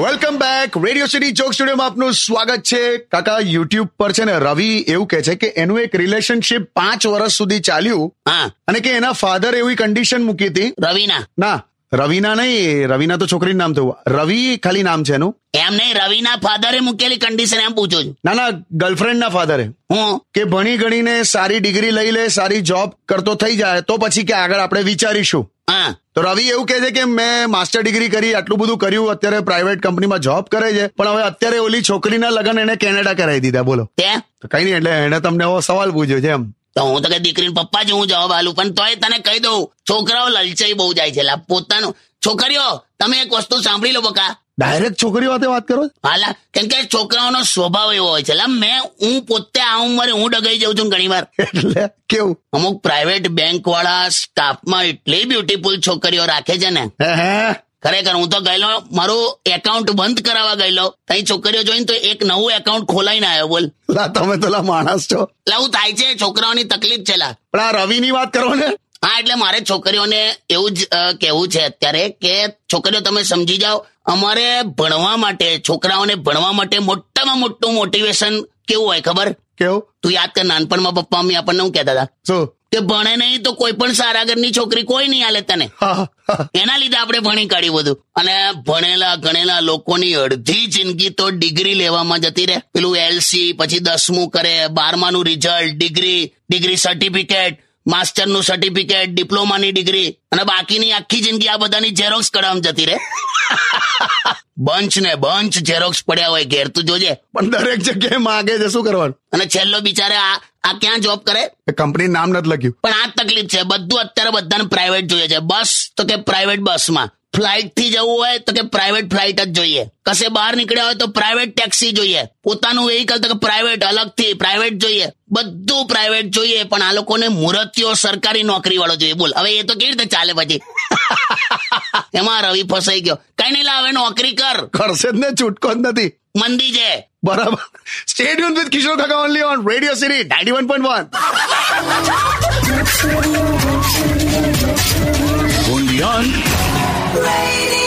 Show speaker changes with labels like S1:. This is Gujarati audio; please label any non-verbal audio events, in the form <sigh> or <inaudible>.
S1: Welcome back radio city joke સ્ટુડિયોમાં આપનું સ્વાગત છે કાકા યુટ્યુબ પર છે ને રવિ એવું કહે છે કે એનું એક રિલેશનશિપ પાંચ વર્ષ સુધી ચાલ્યું
S2: હા
S1: અને કે એના ફાધર એવી કન્ડિશન મૂકી હતી
S2: રવિના
S1: ના રવિના નહીં રવિના તો છોકરીનું નામ થયું રવિ ખાલી નામ છે એનું
S2: એમ નહીં રવિના ફાધરે મૂકેલી કન્ડિશન એમ પૂછું છું
S1: ના ના ગર્લફ્રેન્ડના ફાધરે
S2: હું
S1: કે ભણી ગણીને સારી ડિગ્રી લઈ લે સારી જોબ કરતો થઈ જાય તો પછી કે આગળ આપણે વિચારીશું
S2: હા
S1: તો રવિ એવું કહે છે કે મેં માસ્ટર ડિગ્રી કરી આટલું બધું કર્યું અત્યારે પ્રાઇવેટ કંપનીમાં જોબ કરે છે પણ હવે અત્યારે ઓલી છોકરીના લગ્ન એને કેનેડા કરાવી દીધા બોલો
S2: તે
S1: તો કઈ નહીં એટલે એને તમને એવો સવાલ પૂછ્યો છે એમ
S2: તો હું તો કે દીકરીને પપ્પા જ હું જવાબ આલું પણ તોય તને કહી દઉં છોકરાઓ લલચાઈ બહુ જાય છે લા પોતાનું છોકરીઓ તમે એક વસ્તુ સાંભળી લો બકા
S1: ડાયરેક્ટ છોકરી વાતે વાત કરો છો?
S2: હાલા કેમ કે છોકરાઓનો સ્વભાવ એવો હોય છે લા મેં હું પોતે આ ઉંમરે હું ડગાઈ જાઉં છું ઘણી વાર
S1: એટલે કેવું
S2: અમુક પ્રાઇવેટ બેંક વાળા સ્ટાફમાં એટલી બ્યુટીફુલ છોકરીઓ રાખે છે ને
S1: હે હે
S2: ખરેખર હું તો ગયેલો મારું એકાઉન્ટ બંધ કરાવવા ગયેલો તઈ છોકરીઓ જોઈને તો એક નવું એકાઉન્ટ ખોલાઈને આવ્યો બોલ
S1: લા તમે તો લા માણસ છો
S2: એટલે આવું થાય છે છોકરાઓની તકલીફ છે લા
S1: પણ આ રવિની વાત કરો ને
S2: હા એટલે મારે છોકરીઓને એવું જ અ, કહેવું છે અત્યારે કે છોકરીઓ તમે સમજી જાઓ અમારે ભણવા માટે છોકરાઓને ભણવા માટે મોટામાં મોટું મોટિવેશન કેવું હોય ખબર
S1: કેવું
S2: તું યાદ કર નાનપણમાં પપ્પા મમ્મી આપણને શું કહેતા હતા
S1: શું
S2: કે ભણે નહીં તો કોઈ પણ સારા ઘરની છોકરી કોઈ નહીં આલે તને
S1: હા હા.
S2: એના લીધે આપણે ભણી કાઢ્યું બધું અને ભણેલા ગણેલા લોકોની અડધી જિંદગી તો ડિગ્રી લેવામાં જતી રહે પેલું એલસી પછી દસમું કરે બારમાનું રિઝલ્ટ ડિગ્રી ડિગ્રી સર્ટિફિકેટ માસ્ટરનું સર્ટિફિકેટ ડિપ્લોમાની ડિગ્રી અને બાકીની આખી જિંદગી આ બધાની ઝેરોક્સ કરાવવામાં જતી રહે બંચ ને બંચ ઝેરોક્સ પડ્યા હોય ઘેર તું જોજે
S1: પણ દરેક જગ્યાએ માગે છે શું કરવાનું
S2: અને છેલ્લો બિચારે આ આ ક્યાં જોબ કરે
S1: કંપની નામ નથી લખ્યું
S2: પણ આ જ તકલીફ છે બધું અત્યારે બધાને પ્રાઇવેટ જોઈએ છે બસ તો કે પ્રાઇવેટ બસમાં ફ્લાઇટ થી જવું હોય તો કે પ્રાઇવેટ ફ્લાઇટ જ જોઈએ કશે બહાર નીકળ્યા હોય તો પ્રાઇવેટ ટેક્સી જોઈએ પોતાનું વેહિકલ તો કે પ્રાઇવેટ અલગથી પ્રાઇવેટ જોઈએ બધું પ્રાઇવેટ જોઈએ પણ આ લોકોને મુરતીઓ સરકારી નોકરી વાળો જોઈએ બોલ હવે એ તો કેવી રીતે ચાલે પછી <laughs> એમાં રવિ ફસાઈ ગયો કઈ નહીં લાવે નોકરી કર
S1: કરશે જ ને છૂટકો જ નથી
S2: મંદી છે
S1: બરાબર સ્ટેડિયમ વિથ કિશોર કાકા only on radio city ninety one point one
S3: Radio